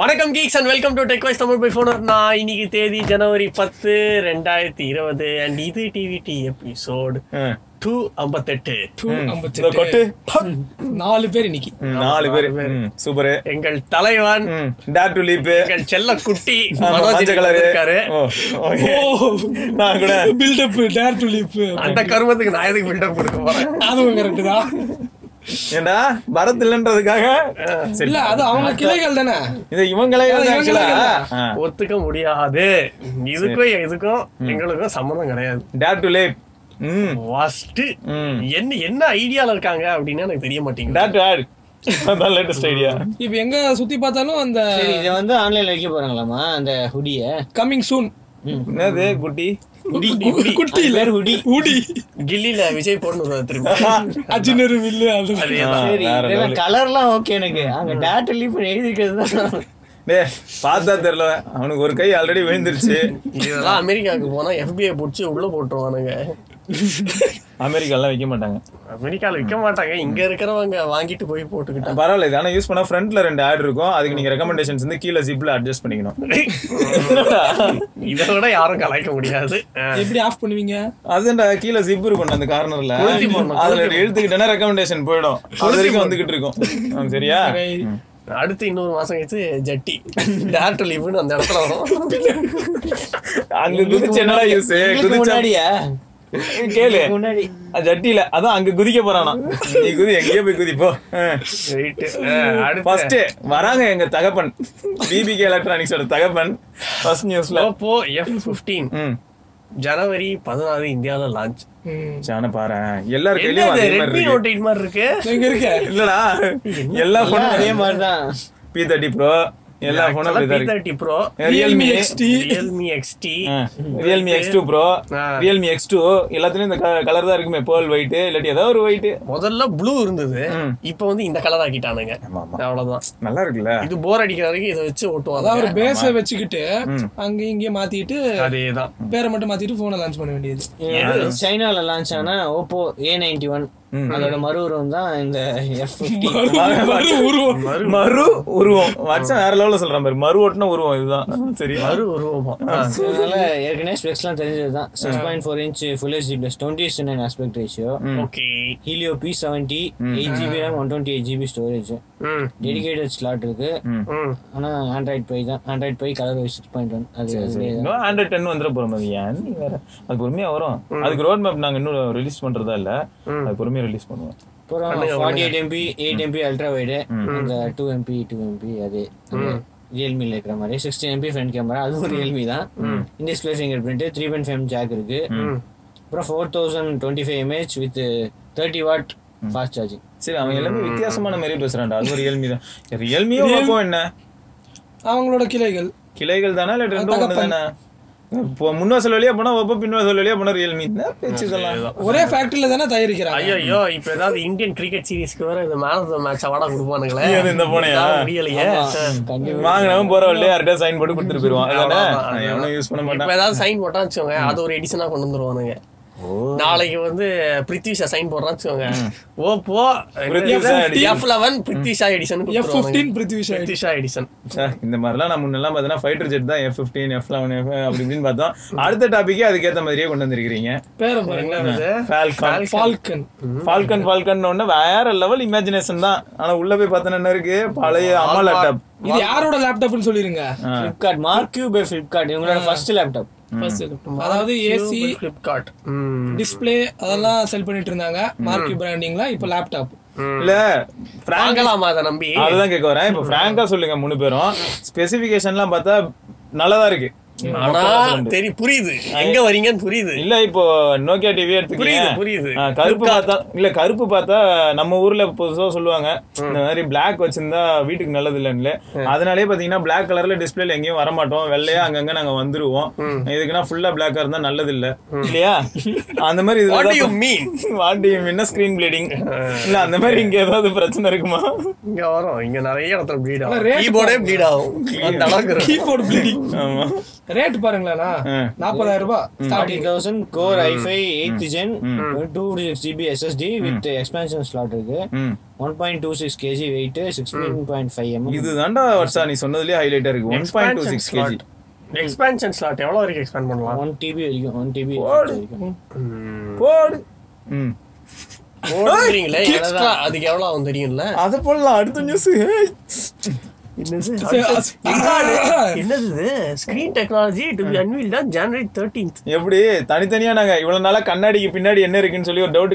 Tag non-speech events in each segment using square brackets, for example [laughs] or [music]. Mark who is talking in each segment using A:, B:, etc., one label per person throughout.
A: வணக்கம் geeks and welcome to Techwise Tamil by ஃபோனர் நான் இன்னைக்கு தேதி ஜனவரி பத்து ரெண்டாயிரத்தி இருபது அண்ட் இது டிவிடி எபிசோட் டூ ஐம்பத்தெட்டு
B: Two ஐம்பத்தி
C: இதோ கொட்டு.
B: எட்டு. நாலு பேர் இன்னைக்கு
C: ம், நாலு பேரு ம், சூப்பரு
A: எங்கள் தலைவன்
C: ம், dare to leap.
A: எங்கள் செல்ல குட்டி
C: ஆமா, மஞ்சள் கலரு.
A: இருக்காரு
C: ஓ, okay. நான்
B: [laughs]
C: கூட
B: பில்டப் டேர் டு லீப்
A: அந்த கருமத்துக்கு நான் எதுக்கு பில்டப் கொடுக்க போறேன்
B: அதுவும் கரெக்ட் தான்
C: ஏண்டா, பரத் இல்லைன்றதுக்காக? சரி.
B: இல்ல அது அவங்க கிளைகள் தானே
C: இது இவங்களே
B: அது
C: தான் actual-ஆ.
B: இவங்களே
C: ஆ.
A: ஒத்துக்க முடியாது இதுக்கும் இதுக்கும் எங்களுக்கும் சம்மந்தம் கிடையாது
C: Dare to leap. ம்,
A: வாஸ்ட்
C: ம்.
A: என்ன என்ன ஐடியால இருக்காங்க அப்படின்னு எனக்கு தெரிய மாட்டேங்குது
C: dare to add. அதான் latest idea.
B: இப்ப எங்க சுத்தி பார்த்தாலும் அந்த
D: சரி இதை வந்து ஆன்லைன்ல வைக்க போறாங்களாமா அந்த ஹுடிய
B: கம்மிங் சூன்
C: என்னது, குட்டி?
B: குட்டி இல்ல ஹுடி ஹுடி
A: கில்லில விஜய் போடணும்
C: [laughs]
A: திரும்ப
B: அஜினரு வில்லு அது
A: அது
C: ஆ,
D: சரி
C: வேற
D: இதெல்லாம்
C: level.
D: கலர்லாம் ஓகே எனக்கு அங்க டேட் லீப் எழுதிக்கிறது தான்
C: டேய், பார்த்தா தெரியல அவனுக்கு ஒரு கை ஆல்ரெடி விழுந்துருச்சு
A: இதெல்லாம் அமெரிக்காவுக்கு போனா எஃபிஐ புடிச்சு உள்ள போட்டுருவானுங்க
C: அமெரிக்காலாம் வைக்க மாட்டாங்க
A: அமெரிக்கால விற்க மாட்டாங்க இங்க இருக்கிறவங்க வாங்கிட்டு போய் போட்டுக்கிட்டாங்க
C: பரவாயில்ல இது ஆனா யூஸ் பண்ணா ஃப்ரண்ட்ல ரெண்டு ஆட் இருக்கும் அதுக்கு நீங்க ரெக்கமெண்டேஷன்ஸ் வந்து கீழே ஜிப்ல அட்ஜஸ்ட் பண்ணிக்கணும்
A: இதை விட யாரும் கலாய்க்க முடியாது அஹ்
B: எப்படி ஆஃப் பண்ணுவீங்க
C: அதுண்டா கீழே ஜிப் இருக்கும் அந்த கார்னர்ல
A: கொளுத்தி போடணும்,
C: அதுல எழுத்துக்கிட்டேன்னா ரெக்கமெண்டேஷன் போயிடும் அது வரைக்கும் வந்துகிட்டு இருக்கும் ஆ,
D: [laughs]
C: சரியா ம்.
A: அடுத்து இன்னொரு மாசம் கழிச்சு ஜட்டி டேரக்டர் லீவுன்னு அந்த இடத்துல வரும்
C: அங்க குதிச்சு என்னடா யூஸ்
D: உங்களுக்கு
C: குதிச்சா
D: முன்னாடியா
C: கேளு
D: உங்களுக்கு முன்னாடி
C: அது ஜட்டியில அதான் அங்க குதிக்க போறானா நீ குதி எங்கேயோ போய் குதிப்போ
A: Right. அஹ்
C: ஃபர்ஸ்ட்
A: அடுத்து
C: வராங்க எங்க தகப்பன் பிபிகே எலக்ட்ரானிக்ஸோட தகப்பன் ஃபர்ஸ்ட் நியூஸ்ல
A: ஓப்போ எஃப் பிப்டீன்
C: ம்
A: ஜனவரி பதினாறு இந்தியாவில் லான்ச்
C: சான பாரு எல்லார்
A: என்ன
C: கையிலயும்
A: இது
C: அதே மாதிரி
A: ரெட்மி
C: இருக்கு.
A: நோட் எயிட் மாதிரி இருக்கு
B: எங்க இருக்க
C: இல்லடா எல்லா
D: எல்லாம்
C: போனும்
D: அதே மாதிரிதான்
C: பி தேர்ட்டி ப்ரோ எல்லா போனும்
A: பி
C: அப்படிதான் இருக்கு
A: thirty pro
C: Realme
B: Realme
C: X
B: XT.
A: Realme XT
C: Realme X two pro
A: ஆ.
C: ரியல்மி எக்ஸ் டூ எல்லாத்துலயும் இந்த கலர் தான் இருக்குமே பேர்ல் ஒயிட் இல்லாட்டி ஏதாவது ஒரு ஒயிட்
A: முதல்ல ப்ளூ இருந்தது இப்போ வந்து இந்த கலர் ஆக்கிட்டானுங்க
C: ஆமா, ஆமா.
A: அவ்வளவுதான்
C: நல்லா இருக்குல்ல
A: இது போர் அடிக்கிற வரைக்கும் இதை வச்சு
B: அதான்
A: ஓட்டுவாங்க
B: ஒரு பேஸ வச்சுக்கிட்டு அங்க இங்க மாத்திட்டு
A: அதேதான்
B: பேரை மட்டும் மாத்திட்டு போனை லான்ச் பண்ண
C: [laughs]
B: வேண்டியது
D: சைனால லான்ச் ஆன ஓப்போ ஏ நைன்டி ஒன் அதோட மறு உருவம் தான் இந்த எஃப்
B: மறு உருவம்
C: மறு உருவம் மச்சான் வேற லெவல்ல சொல்றேன் பாரு மறு ஓட்டுன உருவம் இதுதான் சரி
A: மறு உருவமா
D: அதனால ஏற்கனவே ஸ்பெக்ஸ்லாம் தெரிஞ்சது தான் six point four inch full HD plus twenty is nine aspect ratio
A: okay
D: Helio P seventy eight GB RAM one twenty eight GB storage
A: ம்
D: டெடிகேட்டட் ஸ்லாட் இருக்கு
A: ம்
D: ஆனா ஆண்ட்ராய்ட் பை தான் Android Pie ColorOS six point one அது அதுலயே தான்.
C: Hundred ten வந்துட போற மாதிரி ஏன் நீ வேற அது பொறுமையா வரும் அதுக்கு ரோட் மேப் நாங்க இன்னும் ரிலீஸ் பண்றதா இல்ல அது பொறுமையா ரிலீஸ் பண்ணுவோம்
D: அப்புறம் forty eight MP eight MP ultra wide அந்த டூ எம்பி டூ எம்பி அது ரியல்மில இருக்கிற மாதிரி சிக்ஸ்டீன் எம்பி ஃப்ரண்ட் கேமரா அதுவும் ரியல்மி தான் in display finger print three point five jack இருக்கு அப்புறம் four thousand twenty five mAh with thirty watt fast charging
C: சரி அவன் எல்லாமே வித்தியாசமான மாதிரி பேசுறான்டா அது ஒரு ரியல்மி தான் ரியல்மியும் அப்போ என்ன
B: அவங்களோட கிளைகள்
C: கிளைகள் தானா இல்ல ரெண்டும் ஒண்ணு தானே இப்போ முன்வாசல் வழியா போனா ஒப்போ பின்வாசல் வழியா போனா ரியல்மி தான் பேச்சு இதெல்லாம்
B: ஒரே ஃபேக்டரியில தானே தயாரிக்கிறாங்க
A: ஐயோ இப்ப ஏதாவது இந்தியன் கிரிக்கெட் சீரிஸ்க்கு வேற இந்த மேன் ஆஃப் த மேட்ச் அவார்டா கொடுப்பானுங்களே
C: அது இந்த போனையா?
A: இதான் முடியலையே
D: கண்டிப்பா
C: வாங்கினவன் போற வழியா யார்கிட்ட சைன் போட்டு கொடுத்துட்டு போயிருவான் அதானே எவனும் யூஸ் பண்ண
A: இப்ப
C: மாட்டான்
A: ஏதாவது சைன் போட்டா வச்சுக்கோங்க அது ஒரு எடிஷனா கொண்டு வந்துருவானுங்க நாளைக்கு வந்து பிரித்விஷா சைன் போடுறான்னு வச்சுக்கோங்க Oppo
C: Prithvi Shaw edition.
A: F eleven Prithvi Shaw edition
B: F fifteen Prithvi Shaw
A: Prithvi Shaw edition
C: ச்சே, இந்த மாதிரிலாம் நான் முன்னெல்லாம் பார்த்தீங்கன்னா ஃபைட்டர் ஜெட் தான் F fifteen F eleven F அப்படி இப்படின்னு பார்த்தோம் அடுத்த டாபிக்கே அதுக்கேற்ற மாதிரியே கொண்டு வந்திருக்கிறீங்க
B: பேரை பாருங்க
C: ஃபால்கான்
B: ஃபால்கன்
C: ஃபால்கன் ஃபால்கன் ஒன்று வேற லெவல் இமேஜினேஷன் தான் ஆனா உள்ள போய் பார்த்தோன்னா என்ன இருக்கு பழைய அம்மா லேப்டாப்
B: இது யாரோட லேப்டாப்னு சொல்லிருங்க
D: Flipkart mark Q by Flipkart இவங்களோட ஃபர்ஸ்ட் லேப்டாப்
B: First laptop. அதாவது ஏசி
A: பிளிப்கார்ட்
B: டிஸ்ப்ளே அதெல்லாம் செல் பண்ணிட்டு இருந்தாங்க மார்க்கி பிராண்டிங்ல இப்ப லேப்டாப்
C: இல்ல பிராங்க்
A: வாங்கலாமா அதை நம்பி
C: அதுதான் கேட்க வரேன் இப்போ பிராங்கா சொல்லுங்க மூணு பேரும் ஸ்பெசிபிகேஷன்லாம் பார்த்தா நல்லதா இருக்கு
A: ஆனா தெரி புரியுது எங்க வர்றீங்கன்னு புரியுது
C: இல்ல இப்போ நோக்கியா டிவி
A: புரியுது,
C: எடுத்துக்கிறேன்
A: புரியுது.
C: கருப்பு பார்த்தா இல்ல கருப்பு பார்த்தா நம்ம ஊர்ல புதுசா சொல்லுவாங்க இந்த மாதிரி Black வச்சிருந்தா வீட்டுக்கு நல்லது இல்லைன்னு அதனாலே பாத்தீங்கன்னா Black கலர்ல டிஸ்பிளேல எங்கேயும் வர மாட்டோம் வெள்ளையா அங்கங்க நாங்க வந்துருவோம் இதுக்குன்னா ஃபுல்லா பிளாக்கா இருந்தா நல்லது இல்ல இல்லையா அந்த மாதிரி
A: What do you
C: இதுல
A: mean?
C: வாட்டி என்ன ஸ்கிரீன் ப்ளீடிங் இல்ல அந்த மாதிரி இங்க ஏதாவது பிரச்சனை இருக்குமா
A: இங்க வரும் இங்க நிறைய இடத்துல bleed ஆகும்
B: rate
A: கீபோர்டே bleed ஆகும் அந்த அளவுக்கு இருக்கும்.
B: கீபோர்ட் ப்ளீடிங்
C: ஆமா
B: ரேட் பாருங்களேண்ணா
C: ம்.
B: நாற்பதாயிரம் ரூபாய்
D: forty
B: starting
D: thousand core i five eight gen two six GB SSD with expansion slot இருக்கு
C: ம்.
D: One point two six KG weight sixteen point five M
C: இதுதான்டா வர்ஷா நீ சொன்னதுலயே ஹைலைட்டா இருக்கு one point two
A: Expansion
C: six KG
A: slot. Expansion slot எவ்வளவு வரைக்கும் expand பண்ணலாம்?
D: ஒன் டிபி வரைக்கும் ஒன் டிபி வரைக்கும்
C: போடு ம்
A: ஓடுறீங்களே, எவ்வளவுதான்? அதுக்கு எவ்வளவு ஆகும் தெரியும்ல?
C: அதை போடலாம் அடுத்த நியூஸ்
A: [laughs] என்னது இது? Screen technology to be unveiled on January 13th.
C: எப்படி தனித்தனியா நாங்க இவ்வளவு நாளா கண்ணாடிக்கு பின்னாடி என்ன இருக்குன்னு சொல்லி ஒரு டவுட்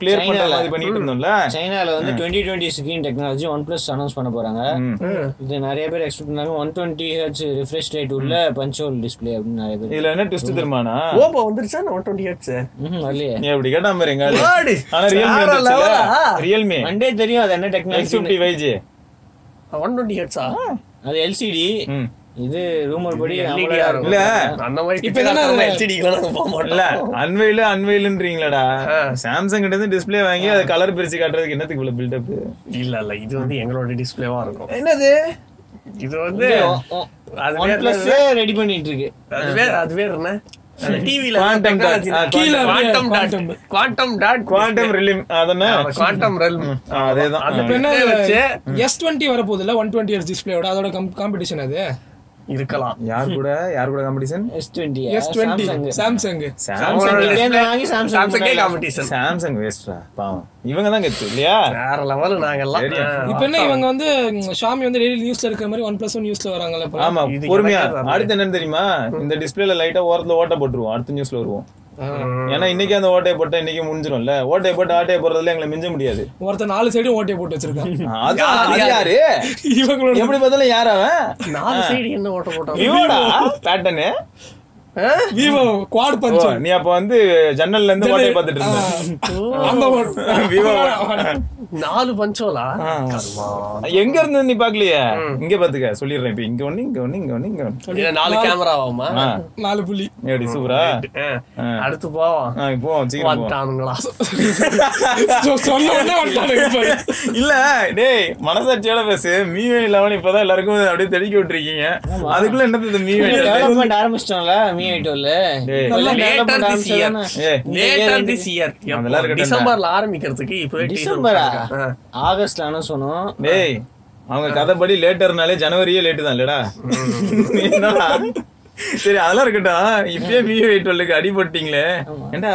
C: கிளியர் பண்ற
D: China-ல.
C: மாதிரி பண்ணிட்டு இருந்தோம்ல
D: சைனால வந்து twenty twenty screen technology OnePlus announce பண்ண போறாங்க
C: ம்.
D: இது நிறைய பேர் எக்ஸ்பெக்ட் பண்ணாங்க one twenty H refresh rate உள்ள பஞ்சோல் டிஸ்ப்ளே அப்படின்னு நிறைய பேர்
C: இதுல என்ன ட்விஸ்ட் தெரியுமானா
A: ஓப்போ வந்துருச்சா? 120 hertz.
D: ம்ஹும், வரலையே
C: நீ அப்படி கேட்டா பாரு எங்க ஆளு.
A: Word.
C: ஆனா ரியல்மி
A: வேற
C: வந்துச்சுல
A: level ஆ?
C: ரியல்மி
D: மண்டே தெரியும் அது என்ன
C: X
D: technology
C: fifty five G
A: 120 hertz ஆ?
D: அது எல்சிடி
C: ம்.
D: இது ரூமர் படி
A: LED
D: AMOLED-ஆ
A: ஆ
D: இருக்கும்.
A: இருக்கும். அந்த மாதிரி
B: இப்ப தானே
A: நம்ம
B: அது-
A: LCD க்குலாம் நம்ம போக
C: இல்ல
A: மாட்டோம்.
C: அன்வெயில் அன்வெயில்ன்றீங்களடா சாம்சங் கிட்ட இருந்து டிஸ்ப்ளே வாங்கி அது கலர் பிரிச்சு காட்டுறதுக்கு என்னத்துக்கு இவ்வளவு பில்டப்
A: இல்ல, இல்ல, இது வந்து எங்களோட டிஸ்பிளேவா இருக்கும்
C: என்னது
A: இது வந்து
D: ஒ- ஒ-
A: அது
D: ஒன்
A: வேற
D: பிளஸ் ரெடி பண்ணிட்டு இருக்கு
A: அது வேற அது வேற என்ன டிவில
C: Quantum dot. ஆ,
A: கீழ
B: quantum.
A: Quantum dot quantum dot
C: quantum realm அதென்ன
A: குவாண்டம் ரெல்
C: ஆ, அதேதான்
A: அந்த
C: ஆ.
A: பெண்ணை வச்சு
B: எஸ் டுவெண்ட்டி வர போகுதுல ஒன் டுவெண்ட்டி ஹெச் டிஸ்பிளேயோட அதோட காம்படிஷன் அது
A: இருக்கலாம்
C: யார் கூட யார் கூட competition
D: S twenty
B: S twenty Samsung
A: அவங்களோட
D: Samsung
A: display-
D: வாங்கி Samsung
A: Samsung கே
D: முன்னாடி.
A: competition.
C: சாம்சங் வேஸ்ட்ரா பாவம் இவங்க தான் கெத்து இல்லையா
A: வேற level நாங்கெல்லாம்.
C: சரியா?
B: இப்ப என்ன
A: ஆ,
B: இவங்க வந்து ம், ஷாமி வந்து டெய்லி நியூஸ்ல இருக்கிற மாதிரி ஒன் பிளஸ் ஒன் நியூஸ்ல வராங்கல்ல இப்ப.
C: ஆமா
A: இது
C: பொறுமையா
A: எனக்கே வரல.
C: அடுத்து என்னன்னு தெரியுமா இந்த டிஸ்பிளேல லைட்டா ஓரத்துல ஓட்டை போட்டுருவோம் அடுத்த நியூஸ்ல வருவோம்
B: ஆ.
C: ஏன்னா இன்னைக்கு அந்த ஓட்டையை போட்டா இன்னைக்கு முடிஞ்சிடும்ல ஓட்டையை போட்டு ஆட்டையை போடுறதுல எங்களை மிஞ்ச முடியாது
B: ஒருத்தன் நாலு சைடும் ஓட்டை போட்டு வச்சிருக்கான்
C: அது அது யாரு
B: இவங்களோட
C: எப்படி பார்த்தாலும் யார் அவன்
A: நாலு side என்ன ஓட்ட போட்டாங்க?
C: விவோடா பேட்டர்னு
A: ஆ?
B: விவோ குவாட் பஞ்ச்
C: நீ அப்ப வந்து ஜன்னல்ல இருந்து ஓட்டையை பார்த்துட்டு இருந்த
B: அந்த ஓட்டு.
C: விவோ
A: நாலு பஞ்சோலா
C: எங்க இருந்து நீ பாக்கலையே இங்க பாத்துக்க சொல்லிடுறேன் இப்ப இங்க ஒண்ணு இங்க ஒண்ணு இங்க ஒண்ணு இங்க ஒண்ணு
A: இதுல நாலு கேமரா ஆகுமா
C: ஆ,
B: நாலு புள்ளி
C: எப்படி சூப்பரா
A: ஆ. அடுத்து போவோம்
C: ஆ, இப்போ சீக்கிரம் போ.
A: வந்துட்டானுங்களா
B: சொ- சொன்ன உடனே வந்துட்டானுங்க பாரு.
C: இல்ல டேய் மனசாட்சியோட பேசு மீவே இல்லாம இப்பதான் எல்லாருக்கும் அப்படியே தெளிக்க விட்டுருக்கீங்க அதுக்குள்ள என்னது இது மீவே
D: டெவலப்மெண்ட் ஆரம்பிச்சிட்டோம்ல மீ ஐட்டோல
C: டேய்.
A: Later this year.
C: A
A: Later this year.
C: அதெல்லாம் இருக்கட்டும்.
A: டிசம்பர்ல ஆரம்பிக்கிறதுக்கு இப்பவே teaser
D: டிசம்பரா
A: விட்டாங்க. ஆ.
D: ஆகஸ்ட்ல அனௌன்ஸ் பண்ணுவோம்
C: டேய் அவங்க கதைப்படி லேட்டர்னாலே ஜனவரியே லேட்டு தான் இல்லடா என்னடா? சரி அதெல்லாம் இருக்கட்டும் இப்பயே மீ வெயிட் டுவெல்லுக்கு அடிபட்டீங்களே ஏண்டா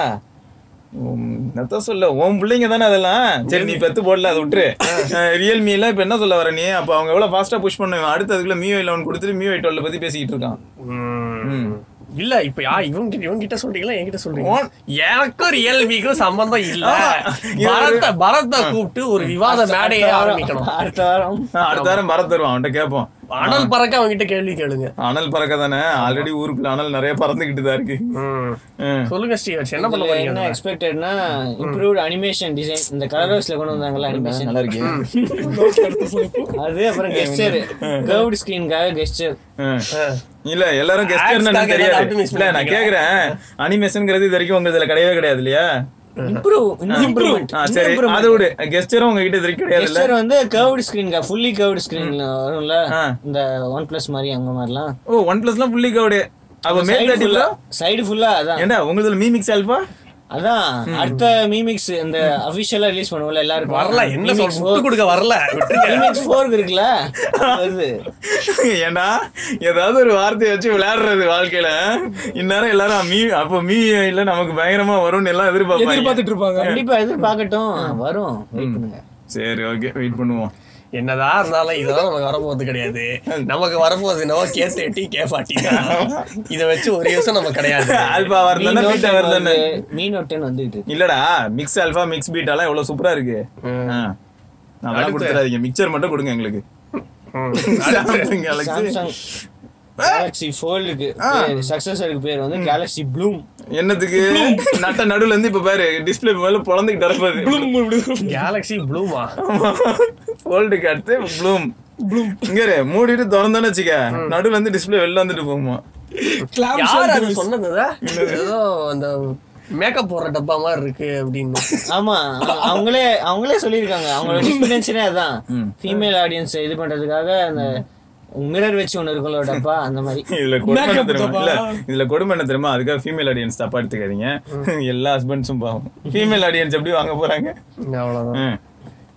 C: நத்த சொல்ல உன் பிள்ளைங்க தானே அதெல்லாம் சரி நீ பெத்து போடல அதை விட்டுரு ரியல்மி எல்லாம் இப்ப என்ன சொல்ல வர நீ அப்ப அவங்க எவ்வளவு ஃபாஸ்டா புஷ் பண்ணுவேன் அடுத்து அதுக்குள்ள மீ லெவன் கொடுத்துட்டு மீ டுவெல் பத்தி பேசிக்கிட்டு இருக்கான்
A: ம். இல்ல இப்ப யா இவங்க இவங்க கிட்ட சொல்றீங்களா என்கிட்ட சொல்றீங்க எனக்கும் ரியல்மிக்கும் சம்பந்தம் இல்ல பரத பரத்தை கூப்பிட்டு ஒரு விவாத மேடையை ஆரம்பிக்கணும்
D: அடுத்த வாரம்
C: ஆஹ், அடுத்த வாரம் பறத் தருவான் அவன்கிட்ட கேட்போம்
A: அனல் பறக்க அவங்க கிட்ட கேள்வி கேளுங்க
C: அனல் பறக்க தானே ஆல்ரெடி ஊருக்குள்ள அனல் நிறைய பறந்துகிட்டு தான் இருக்கு ம்.
A: சொல்லுங்க ஸ்ரீவர்ஸ் என்ன பண்ண
D: இதுல
A: போறீங்க
D: என்ன எக்ஸ்பெக்டட்னா இம்ப்ரூவ்ட் அனிமேஷன் டிசைன் இந்த கலர்ஸ்ல கொண்டு வந்தாங்கல்ல அனிமேஷன்
C: நல்லா இருக்கு
D: அது அப்புறம் கெஸ்டர் கர்வ்டு ஸ்கிரீனுக்காக கெஸ்டர்
C: ம். இல்ல எல்லாரும் கெஸ்ட் என்னன்னு
A: Hashtag
C: தெரியாது
A: ஏதாவது optimise
C: இல்ல நான் கேக்குறேன் அனிமேஷன்ங்கிறது இது வரைக்கும் உங்க இதுல கிடையவே கிடையாது இல்லையா
D: இம்ப்ரூவ் இம்ப்ரூவ்மெண்ட்
C: ஆ, சரி அது விடு கெஸ்டரும் உங்ககிட்ட இது வரைக்கும் கிடையாது இல்ல
D: கெஸ்டர் வந்து கர்வ்டு ஸ்கிரீன்க்கா ஃபுல்லி கர்வ்டு ஸ்கிரீன்ல வரும்ல
C: ஆ.
D: இந்த ஒன் பிளஸ் மாதிரி அந்த மாதிரிலாம்
C: ஓ ஒன் பிளஸ்லாம் புள்ளி கவுடு அப்ப மேல்
D: சைடு
C: தேர்ட்டில
D: ஃபுல்லா சைடு ஃபுல்லா அதான்
C: ஏண்டா உங்களுதுல மீமிக்ஸ் ஆல்பா
D: அதான் அடுத்த மீமிக்ஸ் இந்த அபிஷியலா ரிலீஸ் பண்ணுவோம்ல எல்லாருக்கும்
A: வரல என்ன சொல்ற முட்டு கொடுக்க வரல
D: மீமிக்ஸ் 4 இருக்குல்ல அது
C: [laughs]
D: வருது.
C: ஏண்டா ஏதாவது ஒரு வார்த்தையை வச்சு விளையாடுறது வாழ்க்கையில இந்நேரம் எல்லாரும் மீ அப்ப மீ இல்ல நமக்கு பயங்கரமா வரும்னு எல்லாம் எதிர்பார்ப்பாங்க
B: எதிர்பார்த்துட்டு இருப்பாங்க
D: கண்டிப்பா எதிர்பார்க்கட்டும் வரும் வெயிட் பண்ணுங்க
C: சரி ஓகே வெயிட் பண்ணுவோம்
A: என்னதான் இருந்தாலும் இதெல்லாம் நமக்கு வரப்போறது கிடையாது நமக்கு வரப்போறது என்னவோ கே தேர்ட்டி கே ஃபார்ட்டி இதை வச்சு ஒரு யூஸும் நமக்கு கிடையாது
C: [laughs] ஆல்பா வருதுன்னா பீட்டா வருதுன்னு
D: மீன் ஒட்டன் வந்துட்டு இருக்கு
C: இல்லடா மிக்ஸ் ஆல்பா மிக்ஸ் பீட்டாலாம் எவ்வளவு சூப்பரா இருக்கு ஆ. அதெல்லாம் கொடுத்துறாதீங்க மிக்சர் மட்டும் கொடுங்க எங்களுக்கு Samsung Galaxy.
D: சாம்சங் கேலக்ஸி ஃபோல்டுக்கு சக்சஸருக்கு பேர் வந்து கேலக்ஸி ப்ளூம்
C: என்னத்துக்கு நட்ட நடுவுல இருந்து இப்ப பாரு டிஸ்பிளே மேல பொழந்துக்கிட்டு இருப்பது
A: கேலக்ஸி ப்ளூமா
C: போல்டுக்கு அடுத்து ப்ளூம் ப்ளூம் இங்க இரு, மூடிட்டு திறந்தோன்னு வச்சுக்க நடுவுல இருந்து டிஸ்பிளே வெளில வந்துட்டு போகுமா
B: Clam
A: யார்
B: shell
A: அது சொன்னது அத? ஏதோ அந்த மேக்கப் போடுற டப்பா மாதிரி இருக்கு அப்படின்னு
D: ஆமா அவங்க- அவங்களே அவங்களே சொல்லியிருக்காங்க அவங்களோட எக்ஸ்பீரியன்ஸே அதான் ஃபீமேல் ஆடியன்ஸ் இது பண்றதுக்காக அந்த மிரர் வச்சு ஒன்று இருக்கும்ல ஒரு டப்பா அந்த மாதிரி
C: இதுல கொடுமை என்ன
B: Makeup
C: தெரியுமா இல்ல
B: தப்பா?
C: இதுல கொடுமை என்ன தெரியுமா அதுக்காக ஃபீமேல் ஆடியன்ஸ் தப்பா எடுத்துக்காதீங்க எல்லா ஹஸ்பண்ட்ஸும் பாவம் ஃபீமேல் ஆடியன்ஸ் எப்படி வாங்க போறாங்க
A: அவ்வளவுதான்
C: ம்,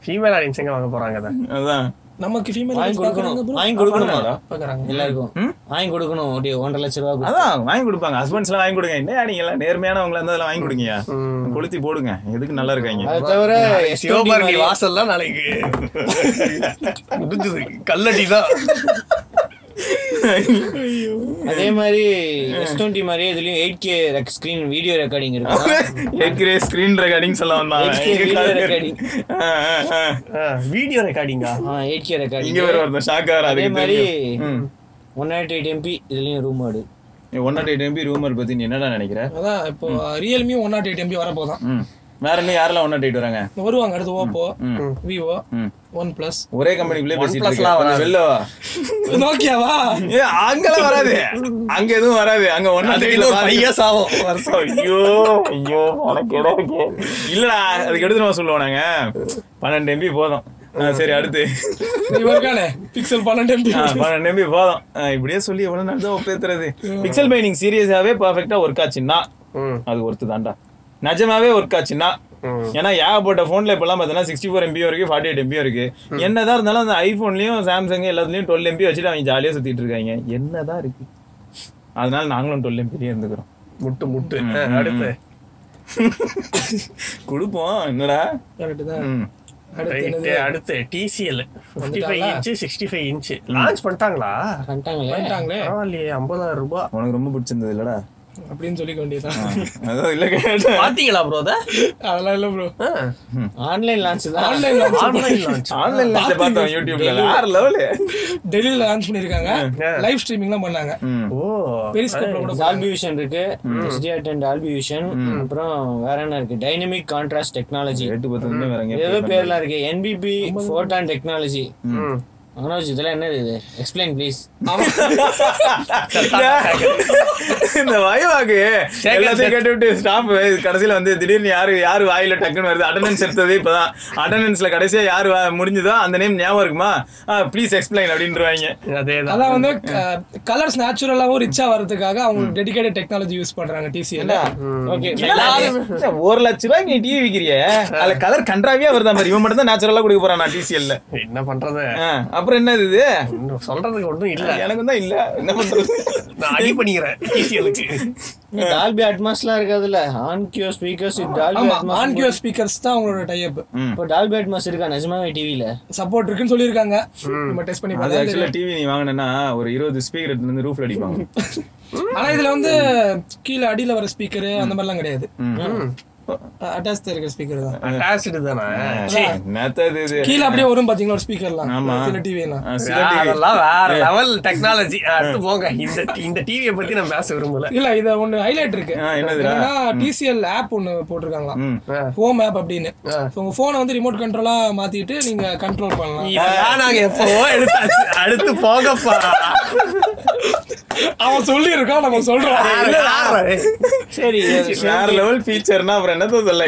A: ஃபீமேல் ஆடியன்ஸ் எங்க வாங்க போறாங்க அதை
C: அதான்
B: நமக்கு
D: வாங்கி
B: ஃபீமேல்
D: கொடுக்கணும் வாங்கி கொடுக்கணுமாடா எல்லாருக்கும் வாங்கி கொடுக்கணும் ஒரு ஒன்றரை லட்ச ரூபா கொடு-
C: அதான் வாங்கி கொடுப்பாங்க ஹஸ்பண்ட்ஸ் எல்லாம் வாங்கி கொடுங்க என்ன ஆடிங்களா நேர்மையானவங்களா இருந்தா அதெல்லாம் வாங்கி கொடுங்கயா
A: ம்.
C: கொளுத்தி போடுங்க எதுக்கு நல்லா இருக்காங்க
D: அது தவிர STD
A: சிவபாரதி
D: மாதிரி-
A: வாசல்லாம் நாளைக்கு முடிஞ்சது கல்லடி தான்
D: அதே மாதிரி எஸ் டுவெண்ட்டி மாதிரி இதுலயும் eight K screen video
C: [laughs]
D: recording இருக்கும்
C: எக்ரே ஸ்கிரீன் ரெக்கார்டிங் சொல்ல வந்தாங்க
D: 8K
C: எங்க
D: video
C: காது-
D: recording.
C: ஆ, ஆ, ஆ.
A: வீடியோ ரெக்கார்டிங்கா
D: எயிட் கே
C: இங்க வேற
D: ரெக்கார்டிங்
C: ஒருத்தன் ஷாக் ஆகிற
D: அதே
C: அதுக்கு
D: மாதிரி
C: தெரியும் ம்.
D: ஒன் நாட் எயிட் எம்பி இதுலயும் ரூம் ஆடு
C: நீ one nought eight MP rumour பத்தி நீ என்னடா நினைக்கிற
B: அதான் இப்போ uh, Realme one nought eight MP வரப்போதான்
C: ம். வேற இன்னும் யாரெல்லாம் ஒன் நாட் எயிட் வராங்க
B: வருவாங்க அடுத்து ஓப்போ
C: ம்.
B: விவோ
C: ம்.
B: ஒன் [laughs] பிளஸ்
C: ஒரே கம்பெனிக்குள்ளே பேசிட்டு
A: OnePlus
C: இருக்க
A: எல்லாம் வராது.
C: கொஞ்சம் வெளில வா
B: நோக்கியாவா
C: [laughs] ஏ அங்கெல்லாம் வராது அங்க எதுவும் வராது அங்க ஒன் நாட் எயிட்ல பாருங்க
A: இயர்ஸ் ஆகும் வருஷம்
C: ஐயோ ஐயோ உனக்கு இடம் இருக்கே. இல்லடா அதுக்கு எடுத்து நம்ம சொல்லுவோம் நாங்க பன்னெண்டு எம்பி போதும் ஆ, சரி அடுத்து
B: இவன் இருக்கானே பிக்சல் பன்னெண்டு எம்பி
C: ஆ, பன்னெண்டு எம்பி போதும் ஆ, இப்படியே சொல்லி எவ்வளவு நாள் தான் ஒப்பேத்துறது பிக்சல் பைனிங் சீரியஸாவே பர்ஃபெக்டா ஒர்க் ஆச்சுன்னா
A: ம்.
C: அது ஒர்த்து தான்டா நிஜமாவே ஒர்க் ஆச்சுன்னா ஏன்னா ஏகப்பட்ட போன்ல இப்பெல்லாம் பார்த்தீங்கன்னா சிக்ஸ்டி ஃபோர் எம்பியும் இருக்கு ஃபார்ட்டி எயிட் எம்பியும் இருக்கு என்னதான் இருந்தாலும் அந்த ஐபோன்லயும் சாம்சங் எல்லாத்துலயும் டுவெல் எம்பி வச்சுட்டு அவங்க ஜாலியா சுத்திட்டு இருக்காங்க என்னதான் இருக்கு அதனால நாங்களும் டுவெல் எம்பிலேயே இருந்துக்கிறோம்
A: முட்டு முட்டு ஆ, அடுத்து
C: கொடுப்போம் என்னடா
B: கரெக்ட் தான்
C: ம்.
B: அடுத்து
A: Right,
B: என்னது
A: அடுத்து டிசிஎல் ஃபிஃப்டி ஃபைவ்
B: வந்துட்டாங்களா?
A: Inch sixty five inch launch பண்ணிட்டாங்களா
D: பண்ணிட்டாங்களே
B: பண்ணிட்டாங்களே
A: பரவாயில்லையே ஐம்பதாயிரம் ரூபாய்
C: உனக்கு ரொம்ப பிடிச்சிருந்தது இல்லடா
B: அப்படின்னு சொல்லிக்க வேண்டியதுதான்
C: அதான் இல்ல கேட்டேன்
A: பாத்தீங்களா ப்ரோ அத
B: [laughs] அதெல்லாம் இல்ல ப்ரோ
D: ஆன்லைன் லான்ச் தான்
B: ஆன்லைன்
A: [laughs] ஆன்லைன் லான்ச்
C: ஆன்லைன்ல பார்த்தோம் யூடியூப்ல வேற லெவலு
B: டெல்லியில லான்ச் பண்ணிருக்காங்க
A: ஆ.
B: லைவ் ஸ்ட்ரீமிங்லாம் பண்ணாங்க
A: ஓ
B: பெரிஸ்கோப்ல கூட
D: டால்பி விஷன் இருக்கு HDR10 டென் டால்பி விஷன் அப்புறம் வேற என்ன இருக்கு டைனமிக் கான்ட்ராஸ்ட் டெக்னாலஜி
C: எட்டு பத்து நிமிஷம் வேற எங்கேயோ
D: ஏதோ பேர்லாம் இருக்கு என்பிபி ஃபோட்டான் டெக்னாலஜி மனோஜ் இதெல்லாம் என்ன இது எக்ஸ்பிளைன் ப்ளீஸ்
C: [laughs] இந்த வயவாக்கு எல்லாத்தையும் கேட்டு விட்டு ஸ்டாப் கடைசியில வந்து திடீர்னு யாரு யாரு வாயில டக்குன்னு வருது அட்டண்டன்ஸ் எடுத்தது இப்பதான் அட்டண்டன்ஸ்ல கடைசியா யாரு வா- முடிஞ்சுதோ அந்த நேம் ஞாபகம் இருக்குமா ப்ளீஸ் எக்ஸ்பிளைன் அப்படின்றவாங்க
A: அதேதான்
B: அதான் வந்து கலர்ஸ் நேச்சுரலாவும் ரிச்சா வர்றதுக்காக அவங்க டெடிகேட்டட் டெக்னாலஜி யூஸ் பண்றாங்க டிசிஎல்
D: ஓகே
C: ஒரு லட்ச ரூபாய்க்கு நீ டிவி விக்கிறிய அதுல கலர் கன்றாவியா வருதா மாதிரி இவன் மட்டும் தான் நேச்சுரலா கொடுக்க போறான் நான் டிசிஎல்ல
A: என்ன பண்றது
C: அப்புறம் என்ன இது
A: இன்னும் சொல்றதுக்கு ஒண்ணும் இல்ல
C: எனக்கு தான் இல்ல என்ன பண்றது
A: நான் அடி பண்ணிக்கிறேன் டிசிஎலுக்கு
D: டால்பி அட்மாஸ்லாம் இருக்காதுல்ல ஆன் கியூ ஸ்பீக்கர்ஸ் டால்பி
B: ஆமா ஆன்
D: அட்மாஸ்
B: கியூ ஸ்பீக்கர்ஸ் தான் அவங்களோட டைப்
D: இப்போ டால்பி அட்மாஸ் இருக்கா நிஜமாவே டிவில
B: சப்போர்ட் இருக்குன்னு சொல்லியிருக்காங்க நம்ம டெஸ்ட் பண்ணி
C: அது
B: பார்த்தா
C: ஆக்சுவலா டிவி நீ வாங்கினா ஒரு இருபது ஸ்பீக்கர் எடுத்து வந்து ரூஃப்ல அடிப்பாங்க
B: ஆனா இதுல வந்து கீழ அடியில வர ஸ்பீக்கர் அந்த மாதிரிலாம் கிடையாது
A: ம்.
B: அட்டாச் இருக்கிற ஸ்பீக்கர் தான்
A: அட்டாச்டு தானே சீ,
C: நேத்தது இது
B: கீழ அப்படியே வரும் பாத்தீங்களா ஒரு ஸ்பீக்கர்லாம்
C: ஆமா.
B: சில டிவிலாம்
C: ஆ, சில TV.
A: அதெல்லாம் வேற லெவல் டெக்னாலஜி அடுத்து போங்க இந்த இந்த டிவியை பத்தி நான் பேச விரும்பல
B: இல்ல இத ஒண்ணு ஹைலைட் இருக்கு
C: ஆ, என்னதுடா?
B: என்னன்னா டிசிஎல் ஆப் ஒண்ணு போட்டிருக்காங்களாம்
C: ம்.
A: ஆ.
B: ஹோம் ஆப் அப்படின்னு So, உங்க போனை வந்து ரிமோட் கண்ட்ரோலா மாத்திட்டு நீங்க கண்ட்ரோல் பண்ணலாம்
A: இதெல்லாம் நாங்க எப்பவோ எடுத்தாச்சு அடுத்து போங்கப்பா
B: அவன் சொல்லி இருக்கான் நம்ம சொல்றோம்
D: சரி
C: வேற லெவல் ஃபீச்சர்னா அப்புறம் என்னத்த சொல்ல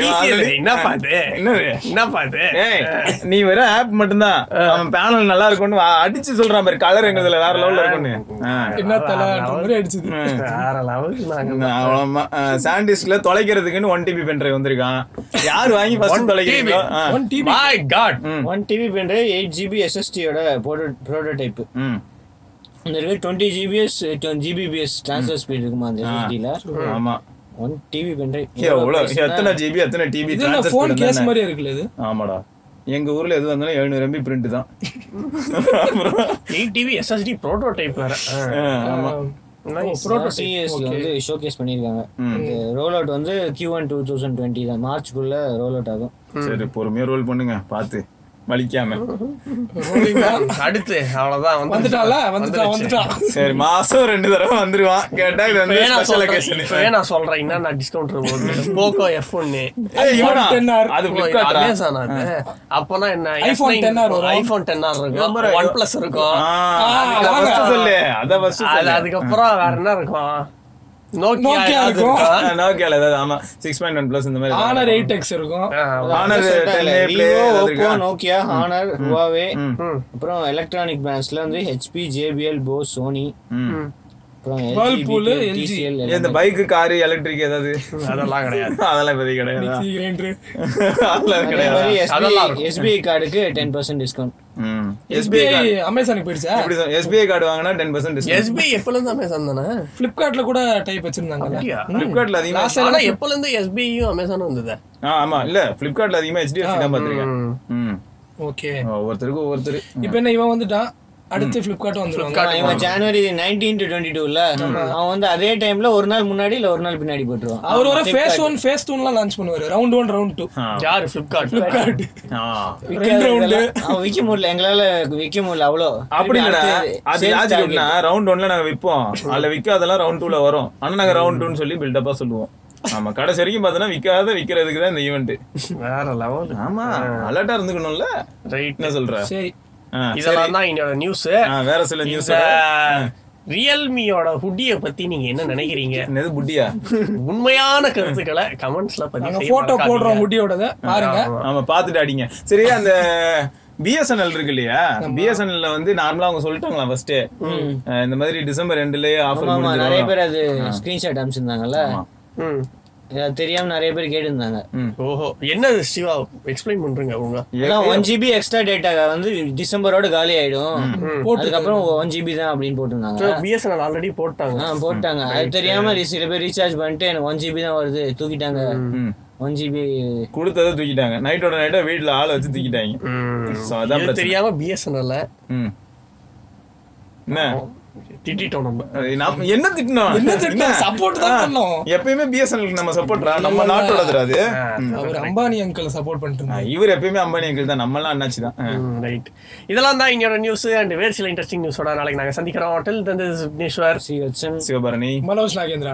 A: என்ன பாத்து
C: என்னது
A: என்ன பாத்து
C: ஏய் நீ வெறும் ஆப் மட்டும்தான் அவன் பேனல் நல்லா இருக்கும்னு வா- அடிச்சு சொல்றான் பாரு கலர் எங்கதுல வேற லெவல்ல இருக்கும்னு ஆ.
B: என்ன தலை அந்த மாதிரி அடிச்சுது
A: வேற லெவலுக்கு நாங்க
C: இந்த அவ்வளவுமா சாண்டிஸ்க்ல தொலைக்கிறதுக்குன்னு ஒன் டிபி பென் வந்திருக்கான் யார் வாங்கி ஃபர்ஸ்ட் தொலைக்கிறீங்களோ ஆ.
B: One TB
A: my god
D: one TB pen drive eight GB எஸ்எஸ்டியோட ப்ரோட்டோடைப்
C: ம்.
D: இந்த இருக்கு twenty GBs GBPS transfer speed இருக்குமா அந்த எஸ்எஸ்டியில்
C: ஆமா
D: ஒன் டிவி
C: ஏய், எவ்வளவு எத்தனை ஜிபி எத்தனை டிபி
B: இது என்ன போன் கேஸ் மாதிரி இருக்குல்ல இது
C: ஆமாடா எங்க ஊர்ல எது வந்தாலும் எழுநூறு எம்பி பிரிண்ட் தான் அப்புறம்,
A: டிவி எஸ்எஸ்டி ப்ரோட்டோடைப் வேற ஆ.
C: ஆ, ஆமா
A: Nice.
D: சிஎஸ்ல வந்து ஷோகேஸ் பண்ணியிருக்காங்க இந்த ரோல் அவுட் வந்து Q one two thousand twenty தான் மார்ச்க்குள்ள ரோல் அவுட் ஆகும்
C: சரி பொறுமையா ரோல் பண்ணுங்க பார்த்து வலிக்காம
A: அடுத்து அவ்வளவுதான் வந்து- [laughs]
B: வந்துட்டால வந்துட்டா
A: வந்துடுச்சு.
B: வந்துட்டா
C: சரி மாசம் ரெண்டு தடவை வந்துருவான் கேட்டா இது வந்து
A: இப்பவே நான்
C: ஸ்பெஷல்
A: சொல்றேன்,
C: அகேஷன்
A: இப்பவே நான் சொல்றேன் என்ன நான் டிஸ்கவுண்ட் [laughs] இருக்கும் போக்கோ எஃப் ஒன்னு
C: இவனா
B: 10R.
C: அது ஃபிளிப்கார்ட்ரா
A: அமேசான் அது அப்பனா என்ன
B: iPhone 10R வரும்.
A: ஐபோன் டென் ஆர் இருக்கும்
C: ஆமாடா.
A: ஒன் பிளஸ் இருக்கும்
C: ஆ அத first சொல்லு அத first
A: அது
C: சொல்லு
A: அதுக்கப்புறம் வேற என்ன இருக்கும் நோக்கியா
B: Nokia இருக்கும்.
A: இருக்கா
C: நோக்கியால ஏதாவது ஆமா சிக்ஸ் பாயிண்ட் ஒன் பிளஸ் இந்த மாதிரி ஏதாவது.
B: ஆனர் எயிட் எக்ஸ் இருக்கும்
A: ஆமா.
C: Honor
D: Honor
C: 10A
D: இல்ல,
C: Play
D: Vivo,
C: அது
D: Oppo,
C: இருக்கா?
D: Nokia, Honor, Huawei,
C: ம்.
A: ம்.
D: அப்புறம் எலக்ட்ரானிக் பிராண்ட்ஸ்ல வந்து ஹெச்பி ஜேபிஎல் போஸ் சோனி
C: ம்.
D: அப்புறம்
B: Whirlpool, LG.
C: இந்த பைக்கு காரு எலக்ட்ரிக் ஏதாவது
A: அதெல்லாம் கிடையாது
C: அதெல்லாம் இப்போதைக்கு கிடையாது
B: கிரைண்டர்
C: அதெல்லாம் கிடையாது
A: அதெல்லாம் இருக்கும்.
D: எஸ்பிஐ கார்டுக்கு டென் பர்சன்ட் டிஸ்கவுண்ட்
C: ம்.
B: எஸ்பிஐ அமேசானுக்கு போயிடுச்சா
C: எப்படி சொல் எஸ்பிஐ கார்டு வாங்கினா டென் பர்சன்ட் டிஸ்கவுண்ட்
A: எஸ்பி எப்பல இருந்து அமேசான் தானே
B: பிளிப்கார்ட்ல கூட டைப் வச்சிருந்தாங்கல்ல
A: அப்படியா?
C: ஃப்ளிப்கார்ட்ல அதிகமா
B: Last-
A: ஆனா எப்பல இருந்து எஸ்பியும் அமேசானும் வந்தது
C: ஆ, ஆமா இல்ல ஃப்ளிப்கார்ட்ல அதிகமா HDFC தான் பாத்திருக்கேன் ம்.
B: ஓகே
C: ஒவ்வொருத்தருக்கும் ஒவ்வொருத்தர்
B: இப்போ என்ன இவன் வந்துட்டான் அடுத்து பிளிப்கார்ட் வந்துருவாங்க
D: இவன் ஜனவரி நைன்டீன் டு டுவெண்ட்டி டூல அவன் வந்து அதே டைம்ல ஒரு நாள் முன்னாடி இல்ல ஒரு நாள் பின்னாடி போட்டுருவான்
B: அவர் வர ஃபேஸ் ஒன் ஃபேஸ் டூலாம் லான்ச் பண்ணுவாரு ரவுண்ட் ஒன் ரவுண்ட் டூ
A: யாரு [laughs] பிளிப்கார்ட்
B: பிளிப்கார்ட்
D: விக்காது இதெல்லாம். அவன் விக்க முடியல எங்களால விக்க முடியல அவ்வளோ
C: அப்படி இல்லடா அது
D: Sales
C: லாஜிக்
D: target.
C: எப்படின்னா ரவுண்ட் ஒன்ல நாங்க விற்போம் அதுல விக்காதெல்லாம் ரவுண்ட் டூல வரும் ஆனா நாங்க ரவுண்ட் டூன்னு சொல்லி பில்டப்பா சொல்லுவோம் ஆமா கடைசி வரைக்கும் பார்த்தோன்னா விக்காத விக்கிறதுக்கு தான் இந்த ஈவெண்ட்
A: வேற லெவல்
C: ஆமா அலர்ட்டா இருந்துக்கணும்ல
A: ரைட்
C: என்ன சொல்ற
B: சரி
C: ஆ,
A: இதெல்லாம் தான் என்னோட நியூஸ்
C: ஆ, வேற சில நியூஸ்
A: இந்த ரியல்மியோட ஹுட்டிய பத்தி நீங்க என்ன நினைக்கிறீங்க
C: என்னது புட்டியா
A: உண்மையான கருத்துக்களை கமெண்ட்ஸ்ல பதிவு
B: நாங்க
A: செய்ய
B: போட்டோ
A: மறக்காதீங்க.
B: போடுறோம் முடியோடத பாருங்க
C: ஆமா பாத்துட்டு அடிங்க சரி அந்த பிஎஸ்என்எல் இருக்கு இல்லையா பிஎஸ்என்எல்ல வந்து நார்மலா அவங்க சொல்லிட்டாங்களா ஃபர்ஸ்ட் இந்த மாதிரி டிசம்பர் ரெண்டுலயே ஆஃபர்
D: ஆமா நிறைய
C: முடிஞ்சிடும்
D: பேர் அது ஸ்கிரீன்ஷாட் அனுப்பிச்சிருந்தாங்கல்ல
A: ம்.
D: அது தெரியாம நிறைய பேர் கேட்டிருந்தாங்க
A: ஓஹோ என்னது சிவா எக்ஸ்பிளைன் பண்றீங்க உங்க
D: அதான் ஒன் ஜிபி எக்ஸ்ட்ரா டேட்டா வந்து டிசம்பரோட காலி ஆயிடும் அதுக்கப்புறம் ஒன் ஜிபி தான் அப்படின்னு போட்டிருந்தாங்க
A: பிஎஸ்என்எல் ஆல்ரெடி போட்டாங்க
D: ஆ போட்டாங்க அது தெரியாம ரி- சில பேர் ரீசார்ஜ் பண்ணிட்டு எனக்கு ஒன் ஜிபி தான் வருது தூக்கிட்டாங்க ஒன் ஜிபி
C: கொடுத்ததை தூக்கிட்டாங்க நைட்டோட நைட்டா வீட்டுல ஆள் வச்சு தூக்கிட்டாங்க So, அதான்
A: இது
C: பிரச்சனை.
A: தெரியாம பிஎஸ்என்எல்
C: ம். என்ன
A: திட்டிட்டோம் நம்ம
C: அது நாம- என்ன திட்டினோம்?
B: என்ன திட்டினா
C: என்ன?
B: சப்போர்ட் தான் பண்ணோம்
C: எப்பயுமே பிஎஸ்என்எல் நம்ம சப்போர்ட்ரா நம்ம நாட்டோடதுடா அது
B: அவர் அம்பானி அங்கிள் சப்போர்ட் பண்ணிட்டு இருந்தாரு.
C: இவர் எப்பயுமே அம்பானி அங்கிள் தான் நம்மலாம் அண்ணாச்சி தான்
A: ரைட் இதெல்லாம் தான் என்னோட நியூஸ் அண்ட் வேறு சில இன்ட்ரெஸ்டிங் நியூஸோட நாளைக்கு நாங்க சந்திக்கிறோம் டில் தன் திஸ்
D: சி வச்சன்
C: சிவபரணி
B: மனோஜ் நாகேந்திரா